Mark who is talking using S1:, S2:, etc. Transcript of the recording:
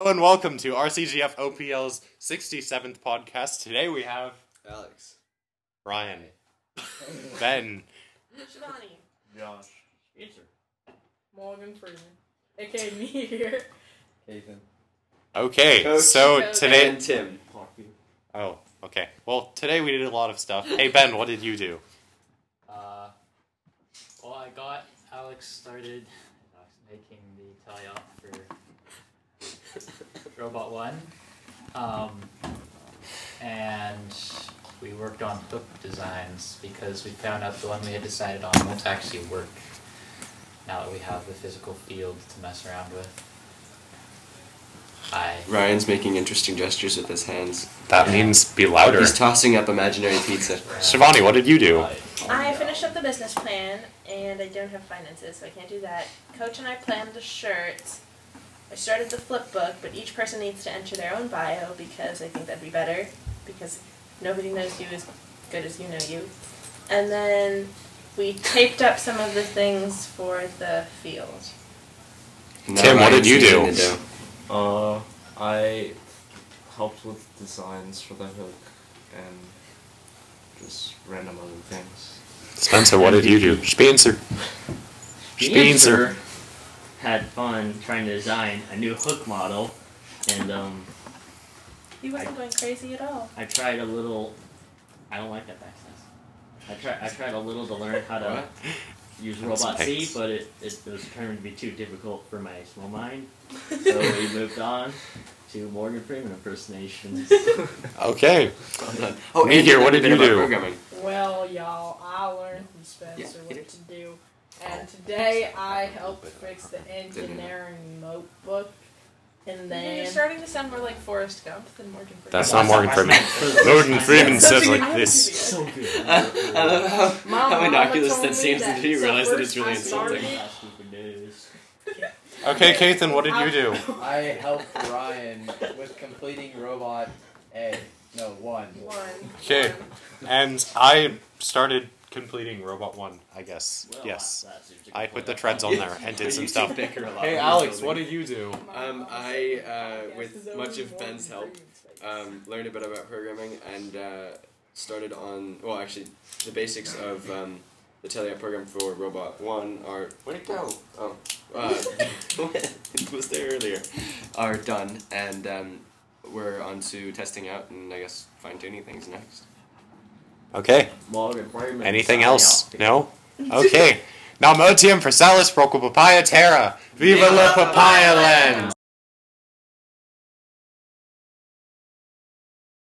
S1: Hello and welcome to RCGF OPL's 67th podcast. Today we have
S2: Alex.
S1: Ryan, Ben,
S3: Shivani.
S2: Josh.
S3: Morgan Freeman. AKA me here.
S2: Ethan.
S1: Okay,
S2: Coach.
S1: so
S3: Coach.
S1: today.
S2: And Tim.
S1: Oh, okay. Well, today we did a lot of stuff. Hey, Ben, what did you do?
S4: Uh, well, I got Alex started uh, making the tie up for Robot One, um, and we worked on hook designs because we found out the one we had decided on won't actually work now that we have the physical field to mess around with. I
S2: Ryan's making interesting gestures with his hands.
S1: That means be louder.
S2: He's tossing up imaginary pizza.
S1: Shivani, what did you do?
S4: I-
S3: I finished up the business plan and I don't have finances, so I can't do that. Coach and I planned the shirts. I started the flip book, but each person needs to enter their own bio because I think that'd be better because nobody knows you as good as you know you. And then we taped up some of the things for the field.
S2: Now
S1: Tim, what did
S2: Ryan's
S1: you do?
S2: eating the dough.
S5: Uh, I helped with designs for the hook and just random other things.
S1: Spencer, what did you do? Spencer. Spencer.
S6: Spencer had fun trying to design a new hook model, and um,
S3: He wasn't going crazy at all.
S6: I tried a little. I don't like that backslash. I tried. I tried a little to learn how to
S2: What?
S6: use
S1: That's
S6: Robot C,
S1: nice.
S6: but it, it was determined to be too difficult for my small mind. So we moved on to Morgan Freeman impersonations.
S1: Okay.
S2: Oh,
S1: Me
S2: and
S1: here,
S2: he
S1: what
S2: learned
S1: did you
S2: a bit about
S1: do?
S2: Programming.
S7: Well, y'all, I learned from Spencer
S2: Yeah, you
S7: what
S2: did.
S7: to do. And today I helped fix the engineering notebook. And
S3: You're
S7: then
S3: starting to sound more like Forrest Gump than Morgan Freeman.
S1: That's not Morgan Freeman. Morgan Freeman says like this.
S6: So good.
S2: I I love how,
S7: My
S2: how
S7: mama
S2: innocuous
S7: told
S2: that
S7: me
S2: seems
S7: that,
S2: until you
S7: so
S2: realize that
S7: first
S2: it's really
S7: I
S2: insulting.
S7: started-
S6: Stupid news.
S1: Okay, Kathan, what did you do?
S8: I helped Ryan with completing robot A. No, one.
S3: One.
S1: Okay. And I started completing Robot 1, I guess.
S6: Well,
S1: Yes.
S6: that- that seems to
S1: I put the
S6: complete-
S1: treads on there and did some
S2: You
S1: stuff.
S2: bicker a lot
S1: Hey
S2: when you're
S1: Alex,
S2: building.
S1: what did you do?
S2: Um, I, uh, with much of Ben's help, um, learned a bit about programming and uh, started on well actually the basics of um, the teleapp program for robot one are where'd it go oh uh, it was there earlier are done and um, we're on to testing out and I guess fine tuning things next
S1: Okay.
S6: Morgan Freeman.
S1: Anything
S6: signing
S1: else?
S6: off.
S1: No? Okay. Now Motium for Salus Procul Papaya Terra. Viva la Papaya Land!